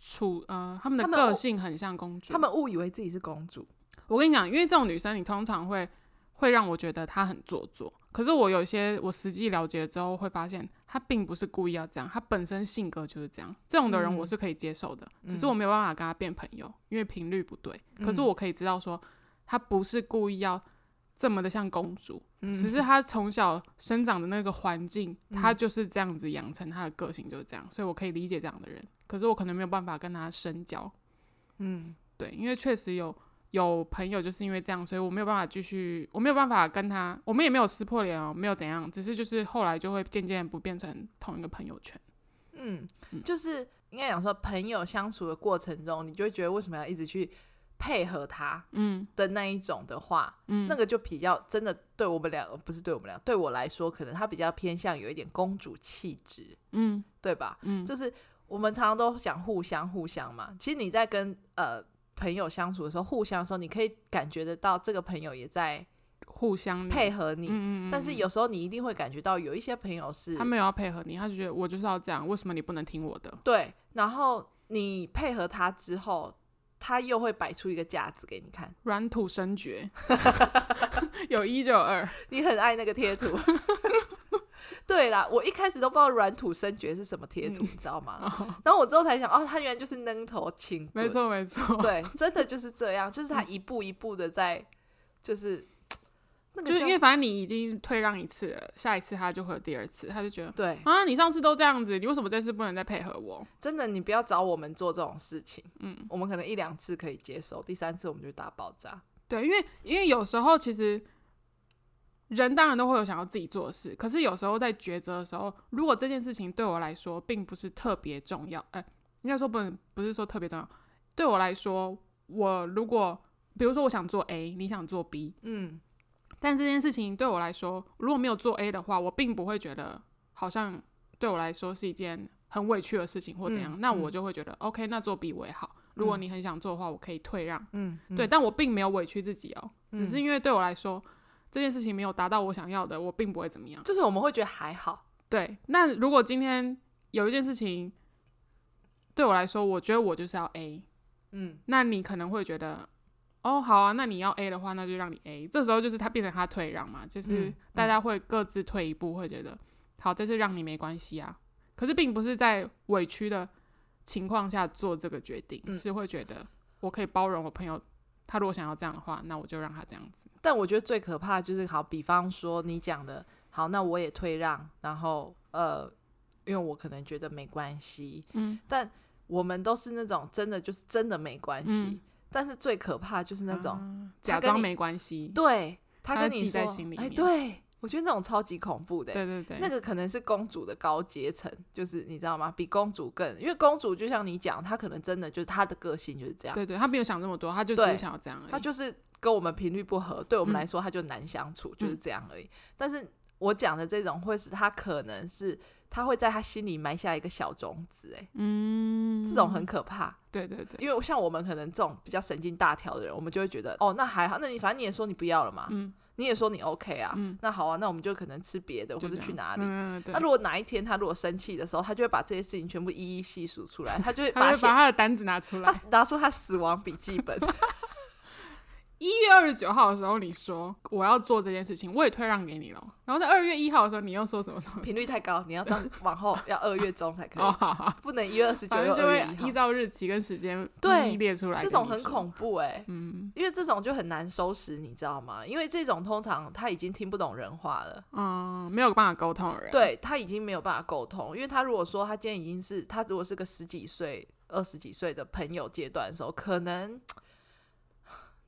Speaker 2: 处呃他们的
Speaker 1: 他们
Speaker 2: 个性很像公主。
Speaker 1: 他们误以为自己是公主。
Speaker 2: 我跟你讲，因为这种女生，你通常会会让我觉得她很做作。可是我有一些我实际了解了之后，会发现她并不是故意要这样，她本身性格就是这样。这种的人
Speaker 1: 嗯
Speaker 2: 我是可以接受的，只是
Speaker 1: 嗯
Speaker 2: 我没有办法跟她变朋友，因为频率不对。可是
Speaker 1: 嗯
Speaker 2: 我可以知道说，她不是故意要这么的像公主，
Speaker 1: 嗯
Speaker 2: 只是她从小生长的那个环境，她
Speaker 1: 嗯
Speaker 2: 就是这样子养成她的个性就是这样，所以我可以理解这样的人。可是我可能没有办法跟她深交，
Speaker 1: 嗯，
Speaker 2: 对，因为确实有有朋友就是因为这样，所以我没有办法继续，我没有办法跟他，我们也没有撕破脸哦，没有怎样，只是就是后来就会渐渐不变成同一个朋友圈。
Speaker 1: 嗯
Speaker 2: 嗯，
Speaker 1: 就是应该讲说，朋友相处的过程中，你就会觉得为什么要一直去配合他
Speaker 2: 嗯
Speaker 1: 的那一种的话，
Speaker 2: 嗯，
Speaker 1: 那个就比较真的对我们两个不是对我们俩，对我来说，可能他比较偏向有一点公主气质，
Speaker 2: 嗯
Speaker 1: 对吧？
Speaker 2: 嗯
Speaker 1: 就是我们常常都想互相互相嘛，其实你在跟呃朋友相处的时候，互相的时候，你可以感觉得到这个朋友也在
Speaker 2: 互相
Speaker 1: 配合你，
Speaker 2: 嗯嗯嗯，
Speaker 1: 但是有时候你一定会感觉到有一些朋友是
Speaker 2: 他没有要配合你，他就觉得我就是要这样，为什么你不能听我的？
Speaker 1: 对，然后你配合他之后，他又会摆出一个架子给你看。
Speaker 2: 软土生 绝， 有一就有二，
Speaker 1: 你很爱那个贴图。 对啦，我一开始都不知道软土生绝是什么
Speaker 2: 嗯
Speaker 1: 贴图，你知道 吗？然后我之后才想，哦，他原来就是扔头轻
Speaker 2: 没
Speaker 1: 棍。
Speaker 2: 错嗯没错，
Speaker 1: 对，真的就是这样，就是他一步一步的在，就是那个
Speaker 2: 就是
Speaker 1: 叫
Speaker 2: 因为
Speaker 1: 什
Speaker 2: 反正你已经退让一次了，下一次他就会有第二次，他就觉得
Speaker 1: 对，
Speaker 2: 啊，你上次都这样子，你为什么这次不能再配合我？
Speaker 1: 真的你不要找我们做这种事情，嗯，我们可能一两次可以接受，第三次我们就大爆炸。
Speaker 2: 对，因为因为有时候其实人当然都会有想要自己做的事，可是有时候在抉择的时候，如果这件事情对我来说并不是特别重要，哎、应该说不能不是说特别重要，对我来说，我如果比如说我想做 A，你想做 B，
Speaker 1: 嗯
Speaker 2: 但这件事情对我来说，如果没有做 A 的话，我并不会觉得好像对我来说是一件很委屈的事情或怎样，
Speaker 1: 嗯
Speaker 2: 那
Speaker 1: 嗯
Speaker 2: 我就会觉得、OK，那做 B 我也好。如果你很想做的话，我可以退让。
Speaker 1: 嗯，嗯
Speaker 2: 对，，但我并没有委屈自己哦，只是
Speaker 1: 嗯
Speaker 2: 因为对我来说，这件事情没有达到我想要的，我并不会怎么样。
Speaker 1: 就是我们会觉得还好，
Speaker 2: 对，那如果今天有一件事情对我来说，我觉得我就是要 A，
Speaker 1: 嗯
Speaker 2: 那你可能会觉得，哦，好啊，那你要 A 的话，那就让你 A。这时候就是他变成他退让嘛，就是
Speaker 1: 嗯
Speaker 2: 大家会各自退一步，会觉得好，这次让你没关系啊。可是并不是在委屈的情况下做这个决定，
Speaker 1: 嗯
Speaker 2: 是会觉得我可以包容我朋友，他如果想要这样的话，那我就让他这样子。
Speaker 1: 但我觉得最可怕的就是，好，比方说你讲的，好，那我也退让，然后呃，因为我可能觉得没关系，
Speaker 2: 嗯，
Speaker 1: 但我们都是那种真的就是真的没关系，
Speaker 2: 嗯
Speaker 1: 但是最可怕的就是那种，
Speaker 2: 啊
Speaker 1: 他
Speaker 2: 假
Speaker 1: 跟
Speaker 2: 装
Speaker 1: 你
Speaker 2: 没关系。
Speaker 1: 对他
Speaker 2: 他
Speaker 1: 跟
Speaker 2: 会
Speaker 1: 你
Speaker 2: 记
Speaker 1: 说，
Speaker 2: 在心里
Speaker 1: 哎，
Speaker 2: 面
Speaker 1: 对我觉得那种超级恐怖的、欸
Speaker 2: 对对对，
Speaker 1: 那个可能是公主的高阶层，就是你知道吗？比公主更，因为公主就像你讲，她可能真的就是她的个性就是这样，
Speaker 2: 对对，他没有想这么多，他就只是
Speaker 1: 对
Speaker 2: 想要这样而已。
Speaker 1: 他就是跟我们频率不合，对我们
Speaker 2: 嗯
Speaker 1: 来说他就难相处，就是这样而已。但是我讲的这种，会是他可能是他会在他心里埋下一个小种子，哎，
Speaker 2: 嗯，
Speaker 1: 这种很可怕。
Speaker 2: 对对对，
Speaker 1: 因为像我们可能这种比较神经大条的人，我们就会觉得哦，那还好，那你反正你也说你不要了嘛，
Speaker 2: 嗯
Speaker 1: 你也说你 OK 啊，
Speaker 2: 嗯
Speaker 1: 那好啊，那我们就可能吃别的，或
Speaker 2: 就
Speaker 1: 者
Speaker 2: 这
Speaker 1: 去
Speaker 2: 样
Speaker 1: 哪里。
Speaker 2: 嗯，嗯对
Speaker 1: 那。如果哪一天他如果生气的时候，他就会把这些事情全部一一细数出来，他就会
Speaker 2: 他
Speaker 1: 把
Speaker 2: 会
Speaker 1: 写
Speaker 2: 把他的单子拿出来
Speaker 1: 他。拿出他死亡笔记本，
Speaker 2: 一月二十九号的时候，你说我要做这件事情，我也退让给你了。然后在二月一号的时候，你又说什么什么？
Speaker 1: 频率太高，你要到往后要二月中才可以，
Speaker 2: 哦，好好，
Speaker 1: 不能一月二十九
Speaker 2: 反
Speaker 1: 又
Speaker 2: 正就
Speaker 1: 二
Speaker 2: 会
Speaker 1: 月一
Speaker 2: 依
Speaker 1: 号，
Speaker 2: 照日期跟时间
Speaker 1: 对
Speaker 2: 一一列出来。
Speaker 1: 这种很，恐怖哎、
Speaker 2: 嗯
Speaker 1: 因为这种就很难收拾，你知道吗？因为这种通常他已经听不懂人话了。
Speaker 2: 嗯，没有办法沟通的人。，
Speaker 1: 对他已经没有办法沟通，因为他如果说他今天已经是他如果是个十几岁、二十几岁的朋友阶段的时候，可能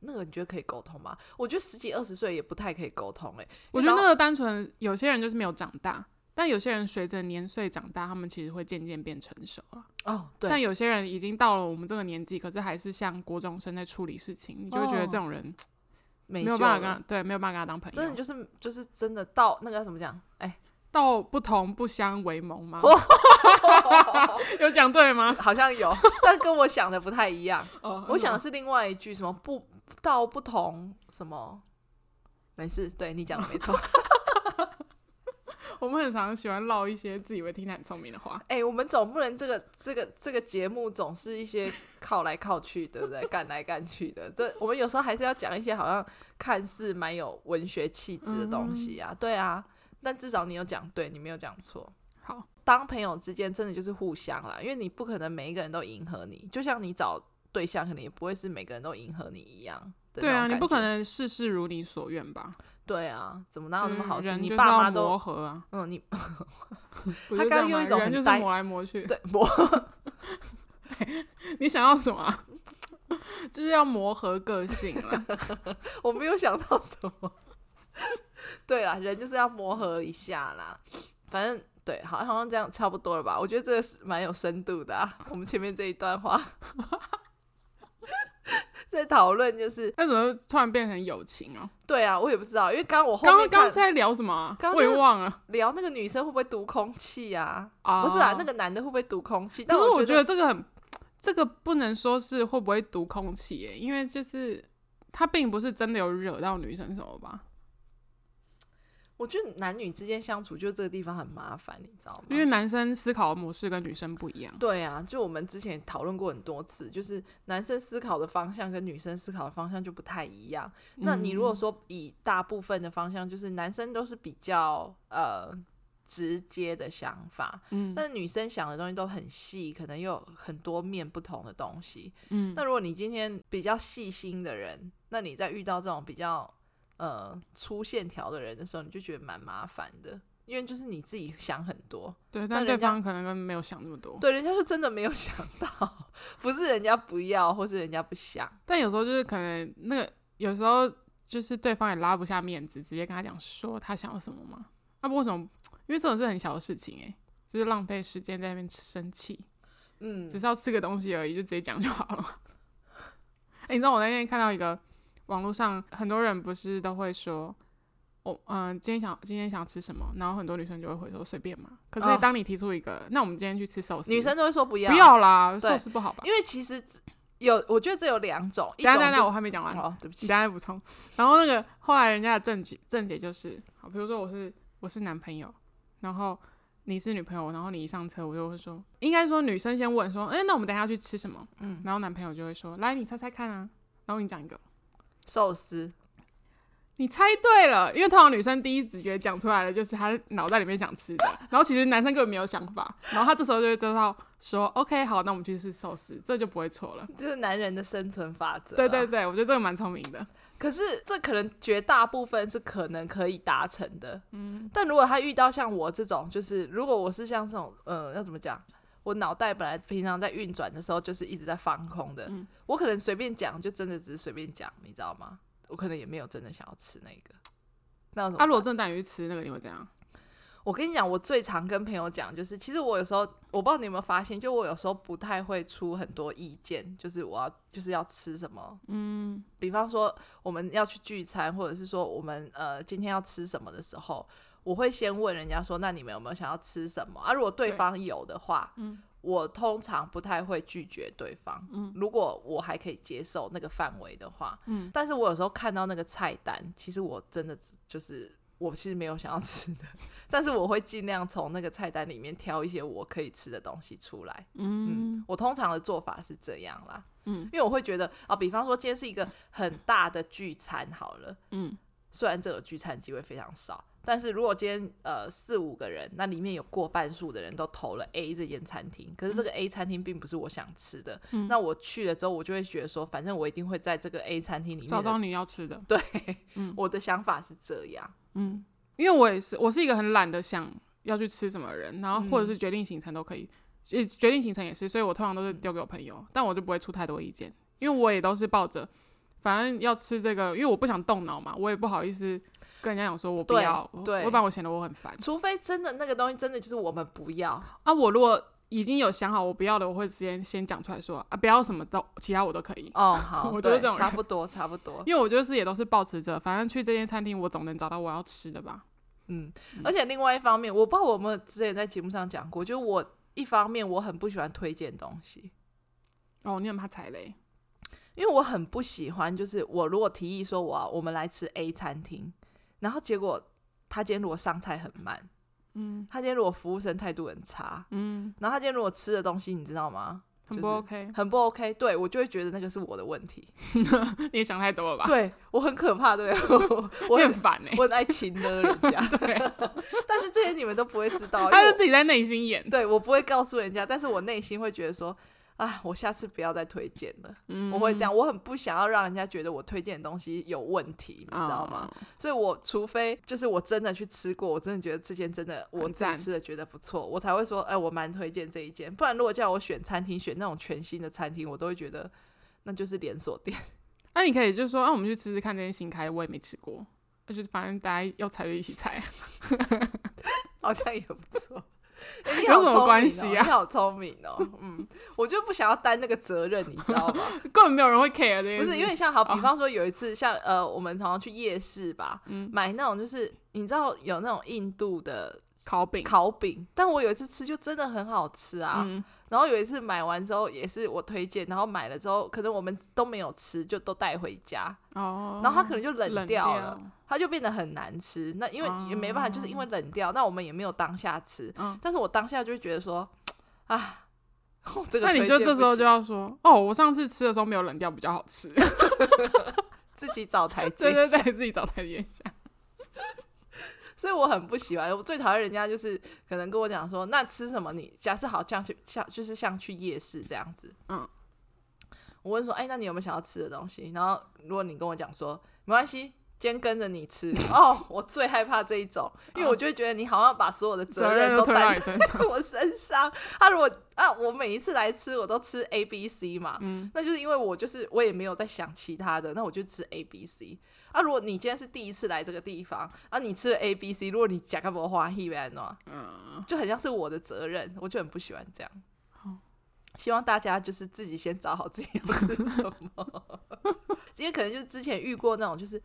Speaker 1: 那个你觉得可以沟通吗？我觉得十几二十岁也不太可以沟通、欸，哎，
Speaker 2: 我觉得那个单纯有些人就是没有长大，但有些人随着年岁长大，他们其实会渐渐变成熟了。
Speaker 1: 哦，
Speaker 2: 但
Speaker 1: 对，
Speaker 2: 有些人已经到了我们这个年纪，可是还是像国中生在处理事情，你就会觉得
Speaker 1: 哦
Speaker 2: 这种人
Speaker 1: 没
Speaker 2: 没有
Speaker 1: 救
Speaker 2: 办法跟
Speaker 1: 了
Speaker 2: 他对没有办法跟他当朋友。
Speaker 1: 真的就是就是真的到那个要怎么讲？哎、
Speaker 2: 道不同不相为谋吗？
Speaker 1: 哦
Speaker 2: 有讲 对吗？
Speaker 1: 好像有，但跟我想的不太一样。
Speaker 2: 哦
Speaker 1: 我想的是另外一句什么不道不同什么，没事，对你讲的没错。
Speaker 2: 我们很常喜欢唠一些自以为听起来很聪明的话。
Speaker 1: 哎、我们总不能这个这个这个节目总是一些靠来靠去，对不对？干来干去的，对，我们有时候还是要讲一些好像看似蛮有文学气质的东西啊，对啊。但至少你有讲对，你没有讲错。
Speaker 2: 好，
Speaker 1: 当朋友之间真的就是互相啦，因为你不可能每一个人都迎合你，就像你找对象，可能也不会是每个人都迎合你一样。
Speaker 2: 对啊，你不可
Speaker 1: 能。
Speaker 2: 能事事如你所愿吧？
Speaker 1: 对啊，怎么哪有那么好
Speaker 2: 就
Speaker 1: 事？
Speaker 2: 是人
Speaker 1: 你
Speaker 2: 就是
Speaker 1: 爸
Speaker 2: 要
Speaker 1: 妈
Speaker 2: 磨
Speaker 1: 都
Speaker 2: 合啊，
Speaker 1: 嗯，你
Speaker 2: 不
Speaker 1: 他
Speaker 2: 是这
Speaker 1: 刚刚
Speaker 2: 样
Speaker 1: 用
Speaker 2: 吗
Speaker 1: 一种
Speaker 2: 人
Speaker 1: 很
Speaker 2: 就是
Speaker 1: 呆
Speaker 2: 磨来磨去。
Speaker 1: 对我
Speaker 2: 你想要什么 啊？就是要磨合个性 啊了。
Speaker 1: 我没有想到什么。 对啦，人就是要磨合一下啦，反正对，好，好像这样差不多了吧？我觉得这个是蛮有深度的、啊。我们前面这一段话 在讨论，就是
Speaker 2: 那怎么突然变成友情哦、
Speaker 1: 对啊，我也不知道，因为刚刚我后
Speaker 2: 刚刚
Speaker 1: 面
Speaker 2: 刚才
Speaker 1: 看
Speaker 2: 在聊什么、啊？
Speaker 1: 刚刚
Speaker 2: 我也忘了。
Speaker 1: 聊那个女生会不会读空气啊？
Speaker 2: 啊
Speaker 1: 不是啊，那个男的会不会读空气？
Speaker 2: 可
Speaker 1: 但
Speaker 2: 是我
Speaker 1: 觉
Speaker 2: 觉得这个很，这个不能说是会不会读空气耶，因为就是他并不是真的有惹到女生什么吧，
Speaker 1: 我觉得男女之间相处就这个地方很麻烦，你知道吗？
Speaker 2: 因为男生思考的模式跟女生不一样。
Speaker 1: 对啊，就我们之前讨论过很多次，就是男生思考的方向跟女生思考的方向就不太一样。
Speaker 2: 嗯
Speaker 1: 那你如果说以大部分的方向，就是男生都是比较呃直接的想法，
Speaker 2: 嗯
Speaker 1: 但是女生想的东西都很细，可能又有很多面不同的东西。
Speaker 2: 嗯，
Speaker 1: 那如果你今天比较细心的人，那你在遇到这种比较呃粗线条的人的时候，你就觉得蛮麻烦的，因为就是你自己想很多。
Speaker 2: 对，
Speaker 1: 但
Speaker 2: 但对
Speaker 1: 人家
Speaker 2: 方可能根本没有想那么多。
Speaker 1: 对，人家就真的没有想到， 不是人家不要，或是人家不想。
Speaker 2: 但有时候就是可能那个有时候就是对方也拉不下面子，直接跟他讲说他想要什么嘛。啊那、不为什么？因为这种是很小的事情哎，就是浪费时间在那边生气，
Speaker 1: 嗯
Speaker 2: 只是要吃个东西而已，就直接讲就好了。 哎、你知道我那天看到一个网络上很多人不是都会说，我、嗯、今天想今天想吃什么，然后很多女生就会回说随便嘛。可
Speaker 1: 哦
Speaker 2: 是当你提出一个，那我们今天去吃寿司，
Speaker 1: 女生都会说不要，
Speaker 2: 不，要啦，
Speaker 1: 对
Speaker 2: 寿司不好吧？
Speaker 1: 因为其实有，我觉得这有两种，一
Speaker 2: 等
Speaker 1: 种
Speaker 2: 一下等一
Speaker 1: 就
Speaker 2: 下，
Speaker 1: 是
Speaker 2: 我还没讲完。
Speaker 1: 哦，对不
Speaker 2: 你
Speaker 1: 起，
Speaker 2: 等下再补充。然后那个后来人家的正解正解就是，好，比如说我是我是男朋友，然后你是女朋友，然后你一上车我就会说，应该说女生先问说，哎、那我们等一下去吃什么？
Speaker 1: 嗯，
Speaker 2: 然后男朋友就会说，来你猜猜看啊，然后你讲一个。
Speaker 1: 寿司，
Speaker 2: 你猜对了，因为通常女生第一直觉讲出来的就是她脑袋里面想吃的，然后其实男生根本没有想法，然后他这时候就会知道说，OK，好，那我们去吃寿司，这就不会错了。
Speaker 1: 就是男人的生存法则。啊
Speaker 2: 对对。对，我觉得这个蛮聪明的。
Speaker 1: 可是这可能绝大部分是可能可以达成的，嗯。但如果他遇到像我这种，就是如果我是像这种，呃，要怎么讲？我脑袋本来平常在运转的时候，就是一直在放空的，
Speaker 2: 嗯
Speaker 1: 我可能随便讲，就真的只是随便讲，你知道吗？我可能也没有真的想要吃那个。那我怎么
Speaker 2: 啊，如
Speaker 1: 办
Speaker 2: 果真的带你去吃那个，你会怎样？
Speaker 1: 我跟你讲，我最常跟朋友讲，就是其实我有时候，我不知道你有没有发现，就我有时候不太会出很多意见，就是我要就是要吃什么，
Speaker 2: 嗯，
Speaker 1: 比方说我们要去聚餐，或者是说我们呃今天要吃什么的时候，我会先问人家说，那你们有没有想要吃什么啊？如果对
Speaker 2: 对
Speaker 1: 方有的话，
Speaker 2: 嗯，
Speaker 1: 我通常不太会拒绝对方，
Speaker 2: 嗯，
Speaker 1: 如果我还可以接受那个范围的话，
Speaker 2: 嗯，
Speaker 1: 但是我有时候看到那个菜单，其实我真的只就是我其实没有想要吃的，但是我会尽量从那个菜单里面挑一些我可以吃的东西出来。
Speaker 2: 嗯
Speaker 1: 嗯，我通常的做法是这样啦，
Speaker 2: 嗯
Speaker 1: 因为我会觉得啊，比方说今天是一个很大的聚餐好了，
Speaker 2: 嗯
Speaker 1: 虽然这个聚餐机会非常少，但是如果今天呃四五个人，那里面有过半数的人都投了 A 这间餐厅，可是这个 A 餐厅并不是我想吃的，
Speaker 2: 嗯
Speaker 1: 那我去了之后，我就会觉得说，反正我一定会在这个 A 餐厅里面
Speaker 2: 找到
Speaker 1: 的。
Speaker 2: 你要吃的。
Speaker 1: 对，
Speaker 2: 嗯
Speaker 1: 我的想法是这样。
Speaker 2: 嗯，因为我也是，我是一个很懒得想要去吃什么的人，然后
Speaker 1: 嗯
Speaker 2: 或者是决定行程都可以，也决定行程也是，所以我通常都是
Speaker 1: 嗯
Speaker 2: 丢给我朋友，但我就不会出太多意见，因为我也都是抱着，反正要吃这个，因为我不想动脑嘛，我也不好意思跟人家讲说我不
Speaker 1: 对
Speaker 2: 要，我
Speaker 1: 对
Speaker 2: 我不然我显得我很烦
Speaker 1: 除非真的那个东西真的就是我们不要，
Speaker 2: 啊。我如果已经有想好我不要的，我会直接先讲出来说啊，不要什么都，其他我都可以。
Speaker 1: 哦，好，
Speaker 2: 我就是
Speaker 1: 对
Speaker 2: 这，种人
Speaker 1: 差不多，差不多。
Speaker 2: 因为我就是也都是保持着，反正去这间餐厅我总能找到我要吃的吧。
Speaker 1: 嗯，而且另外一方面，我不知道我们之前在节目上讲过，就是我一方面我很不喜欢推荐东西，
Speaker 2: 哦，你很怕踩雷，
Speaker 1: 因为我很不喜欢，就是我如果提议说我、我们来吃 A 餐厅，然后结果他今天如果上菜很慢，
Speaker 2: 嗯
Speaker 1: 他今天如果服务生态度很差，
Speaker 2: 嗯，
Speaker 1: 然后他今天如果吃的东西你知道吗，
Speaker 2: 很
Speaker 1: 就
Speaker 2: 不
Speaker 1: 是
Speaker 2: OK，
Speaker 1: 很不 OK，对我就会觉得那个是我的问题，
Speaker 2: 你也想太多了吧？
Speaker 1: 对我很可怕，对 我我
Speaker 2: 你
Speaker 1: 很
Speaker 2: 很烦哎、
Speaker 1: 我很爱勤的人家，
Speaker 2: 对啊，
Speaker 1: 但是这些你们都不会知道，因
Speaker 2: 他
Speaker 1: 为
Speaker 2: 就自己在内心演
Speaker 1: 我，对我不会告诉人家，但是我内心会觉得说，哎，我下次不要再推荐了，
Speaker 2: 嗯，
Speaker 1: 我会这样，我很不想要让人家觉得我推荐的东西有问题，你知
Speaker 2: 哦，
Speaker 1: 道吗？所以我除非就是我真的去吃过，我真的觉得这间真的我自己
Speaker 2: 赞
Speaker 1: 吃的觉得不错，我才会说，哎、我蛮推荐这一间。不然如果叫我选餐厅，选那种全新的餐厅，我都会觉得那就是连锁店。
Speaker 2: 那、你可以就是说，啊，我们去吃吃看这间新开，我也没吃过，那就是反正大家要踩就一起踩，
Speaker 1: 好像也不错。欸、你
Speaker 2: 有
Speaker 1: 好
Speaker 2: 什么
Speaker 1: 聪明
Speaker 2: 关系
Speaker 1: 哦
Speaker 2: 啊
Speaker 1: 你好聪明哦，嗯，我就不想要担那个责任，你知道吗？
Speaker 2: 根本没有人会 care 这件
Speaker 1: 不
Speaker 2: 事，
Speaker 1: 是因为像好，
Speaker 2: 哦
Speaker 1: 比方说有一次像呃，我们常常去夜市吧，
Speaker 2: 嗯
Speaker 1: 买那种就是你知道有那种印度的
Speaker 2: 烤饼
Speaker 1: 烤饼，但我有一次吃就真的很好吃啊。
Speaker 2: 嗯
Speaker 1: 然后有一次买完之后也是我推荐，然后买了之后可能我们都没有吃，就都带回家，
Speaker 2: 哦，
Speaker 1: 啊然后它可能就冷
Speaker 2: 冷
Speaker 1: 掉了。它就变得很难吃。那因为也没办法，就是因为冷掉，那我们也没有当下吃。
Speaker 2: 哦嗯
Speaker 1: 但是我当下就会觉得说，啊， 我这个
Speaker 2: 那你
Speaker 1: 推
Speaker 2: 就
Speaker 1: 荐
Speaker 2: 这
Speaker 1: 不
Speaker 2: 时候就
Speaker 1: 行
Speaker 2: 要说，哦，我上次吃的时候没有冷掉，比较好吃。
Speaker 1: 自己找台阶
Speaker 2: 对
Speaker 1: 下。
Speaker 2: 对对，自己找 台阶下。
Speaker 1: 所以我很不喜欢，我最讨厌人家就是可能跟我讲说，那吃什么你？假设好像去像就是像去夜市这样子，
Speaker 2: 嗯，
Speaker 1: 我问说，哎、那你有没有想要吃的东西？然后如果你跟我讲说没关系，今天跟着你吃， 哦，我最害怕这一种，因为我就会觉得你好像把所有的
Speaker 2: 嗯责
Speaker 1: 任
Speaker 2: 都推
Speaker 1: 担
Speaker 2: 到你 身上。
Speaker 1: 在我身上。他如果啊，我每一次来吃我都吃 A B C 嘛，
Speaker 2: 嗯，
Speaker 1: 那就是因为我就是我也没有在想其他的，那我就吃 A B C。啊，如果你今天是第一次来这个地方，啊，你吃了 A B C，如果你假个不花一元呢，
Speaker 2: 嗯，
Speaker 1: 就很像是我的责任，我就很不喜欢这样
Speaker 2: 好。
Speaker 1: 希望大家就是自己先找好自己要吃什么， 因为可能就是之前遇过那种，就是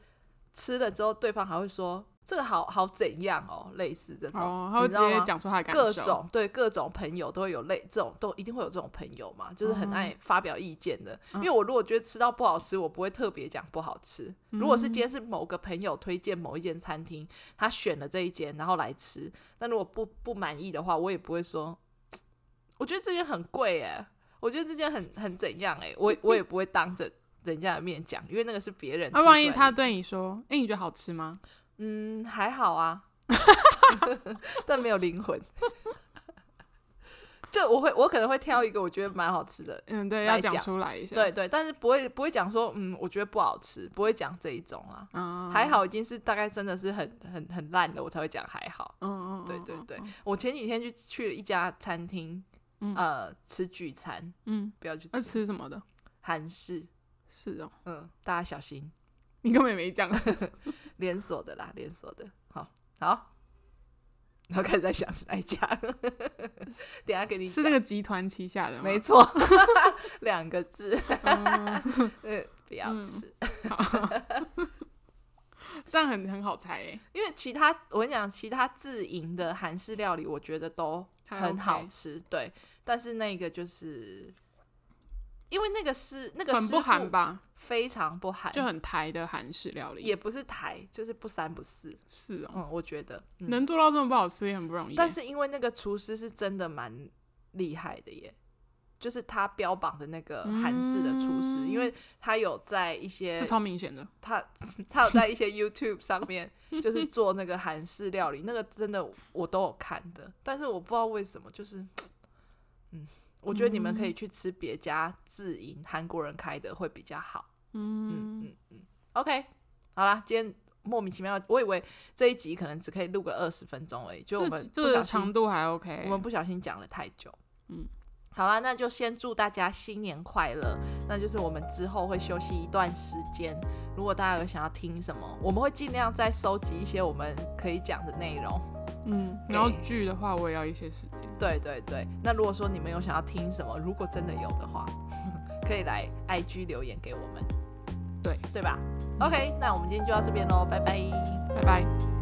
Speaker 1: 吃了之后对方还会说这个好好怎样哦，类似这种，
Speaker 2: 哦，他会
Speaker 1: 你
Speaker 2: 直
Speaker 1: 知道
Speaker 2: 接
Speaker 1: 吗
Speaker 2: 讲出他的感
Speaker 1: 各
Speaker 2: 受。
Speaker 1: 种对各种朋友都会有类这种都一定会有这种朋友嘛，就是很
Speaker 2: 哦
Speaker 1: 爱发表意见的。因
Speaker 2: 嗯
Speaker 1: 为我如果觉得吃到不好吃，我不会特别讲不好吃。如果是
Speaker 2: 嗯
Speaker 1: 今天是某个朋友推荐某一间餐厅，他选了这一间然后来吃，那如果不不满意的话，我也不会说，我觉得这间很贵哎，我觉得这间很很怎样哎，我我也不会当着人家的面讲，因为那个是别人提出
Speaker 2: 那、
Speaker 1: 来的。
Speaker 2: 啊万一他对你说，哎、你觉得好吃吗？
Speaker 1: 嗯，还好啊， 但没有灵魂。 就我会，我可能会挑一个我觉得蛮好吃的，
Speaker 2: 嗯，对，
Speaker 1: 来
Speaker 2: 要讲
Speaker 1: 讲
Speaker 2: 出来一下。
Speaker 1: 对，对，但是不会不会讲说，嗯，我觉得不好吃，不会讲这一种啊。
Speaker 2: 嗯，
Speaker 1: 还，好已经是大概真的是很很很烂了，我才会讲还好。
Speaker 2: 嗯嗯，
Speaker 1: 对对对，我前几天去去了一家餐厅，
Speaker 2: 嗯
Speaker 1: 呃，吃聚餐，
Speaker 2: 嗯，
Speaker 1: 不要去
Speaker 2: 那、
Speaker 1: 吃
Speaker 2: 吃什么的？
Speaker 1: 韩式，
Speaker 2: 是哦，
Speaker 1: 嗯，大家小心，
Speaker 2: 你根本也没讲。啊
Speaker 1: 连锁的啦，连锁的，好，好，然后开始在想是哪一家，等一下给你
Speaker 2: 是那个集团旗下的
Speaker 1: 讲
Speaker 2: 吗？
Speaker 1: 没错， 两个字，
Speaker 2: 嗯
Speaker 1: 呃，不要
Speaker 2: 嗯
Speaker 1: 吃，
Speaker 2: 这样很很好猜 哎、
Speaker 1: 因为其他我跟你讲，其他自营的韩式料理，我觉得都
Speaker 2: 还
Speaker 1: 很
Speaker 2: OK
Speaker 1: 好吃，对，但是那个就是。因为那个是那个
Speaker 2: 很不韩
Speaker 1: 韩，
Speaker 2: 吧，
Speaker 1: 非常不韩，
Speaker 2: 就很台的韩式料理。
Speaker 1: 也不是台，就是不三不四。
Speaker 2: 是哦，
Speaker 1: 嗯，我觉得，嗯、
Speaker 2: 能做到这么不好吃也很不容易欸。
Speaker 1: 但是因为那个厨师是真的蛮厉害的耶，就是他标榜的那个
Speaker 2: 嗯
Speaker 1: 韩式的厨师，因为他有在一些
Speaker 2: 这超明显的，
Speaker 1: 他 他有在一些 YouTube 上面 就是做那个韩式料理，那个真的我都有看的，但是我不知道为什么，就是嗯，我觉得你们
Speaker 2: 嗯
Speaker 1: 可以去吃别家自营韩国人开的会比较好。
Speaker 2: 嗯
Speaker 1: 嗯嗯嗯，OK，好啦，今天。莫名其妙，我以为这一集可能只可以录个二十分钟而已，就我们
Speaker 2: 这这
Speaker 1: 不小心
Speaker 2: 个长度还 OK，
Speaker 1: 我们不小心讲了太久。
Speaker 2: 嗯，
Speaker 1: 好啦，那就先祝大家新年快乐。那就是我们之后会休息一段时间，如果大家有想要听什么，我们会尽量再收集一些我们可以讲的内容。
Speaker 2: 嗯，
Speaker 1: 对
Speaker 2: 然后剧的话我也要一些时间。
Speaker 1: 对对对，那如果说你们有想要听什么，如果真的有的话， 可以来 IG 留言给我们。
Speaker 2: 对
Speaker 1: 对吧？OK，那我们今天就到这边喽，拜拜。
Speaker 2: 拜拜。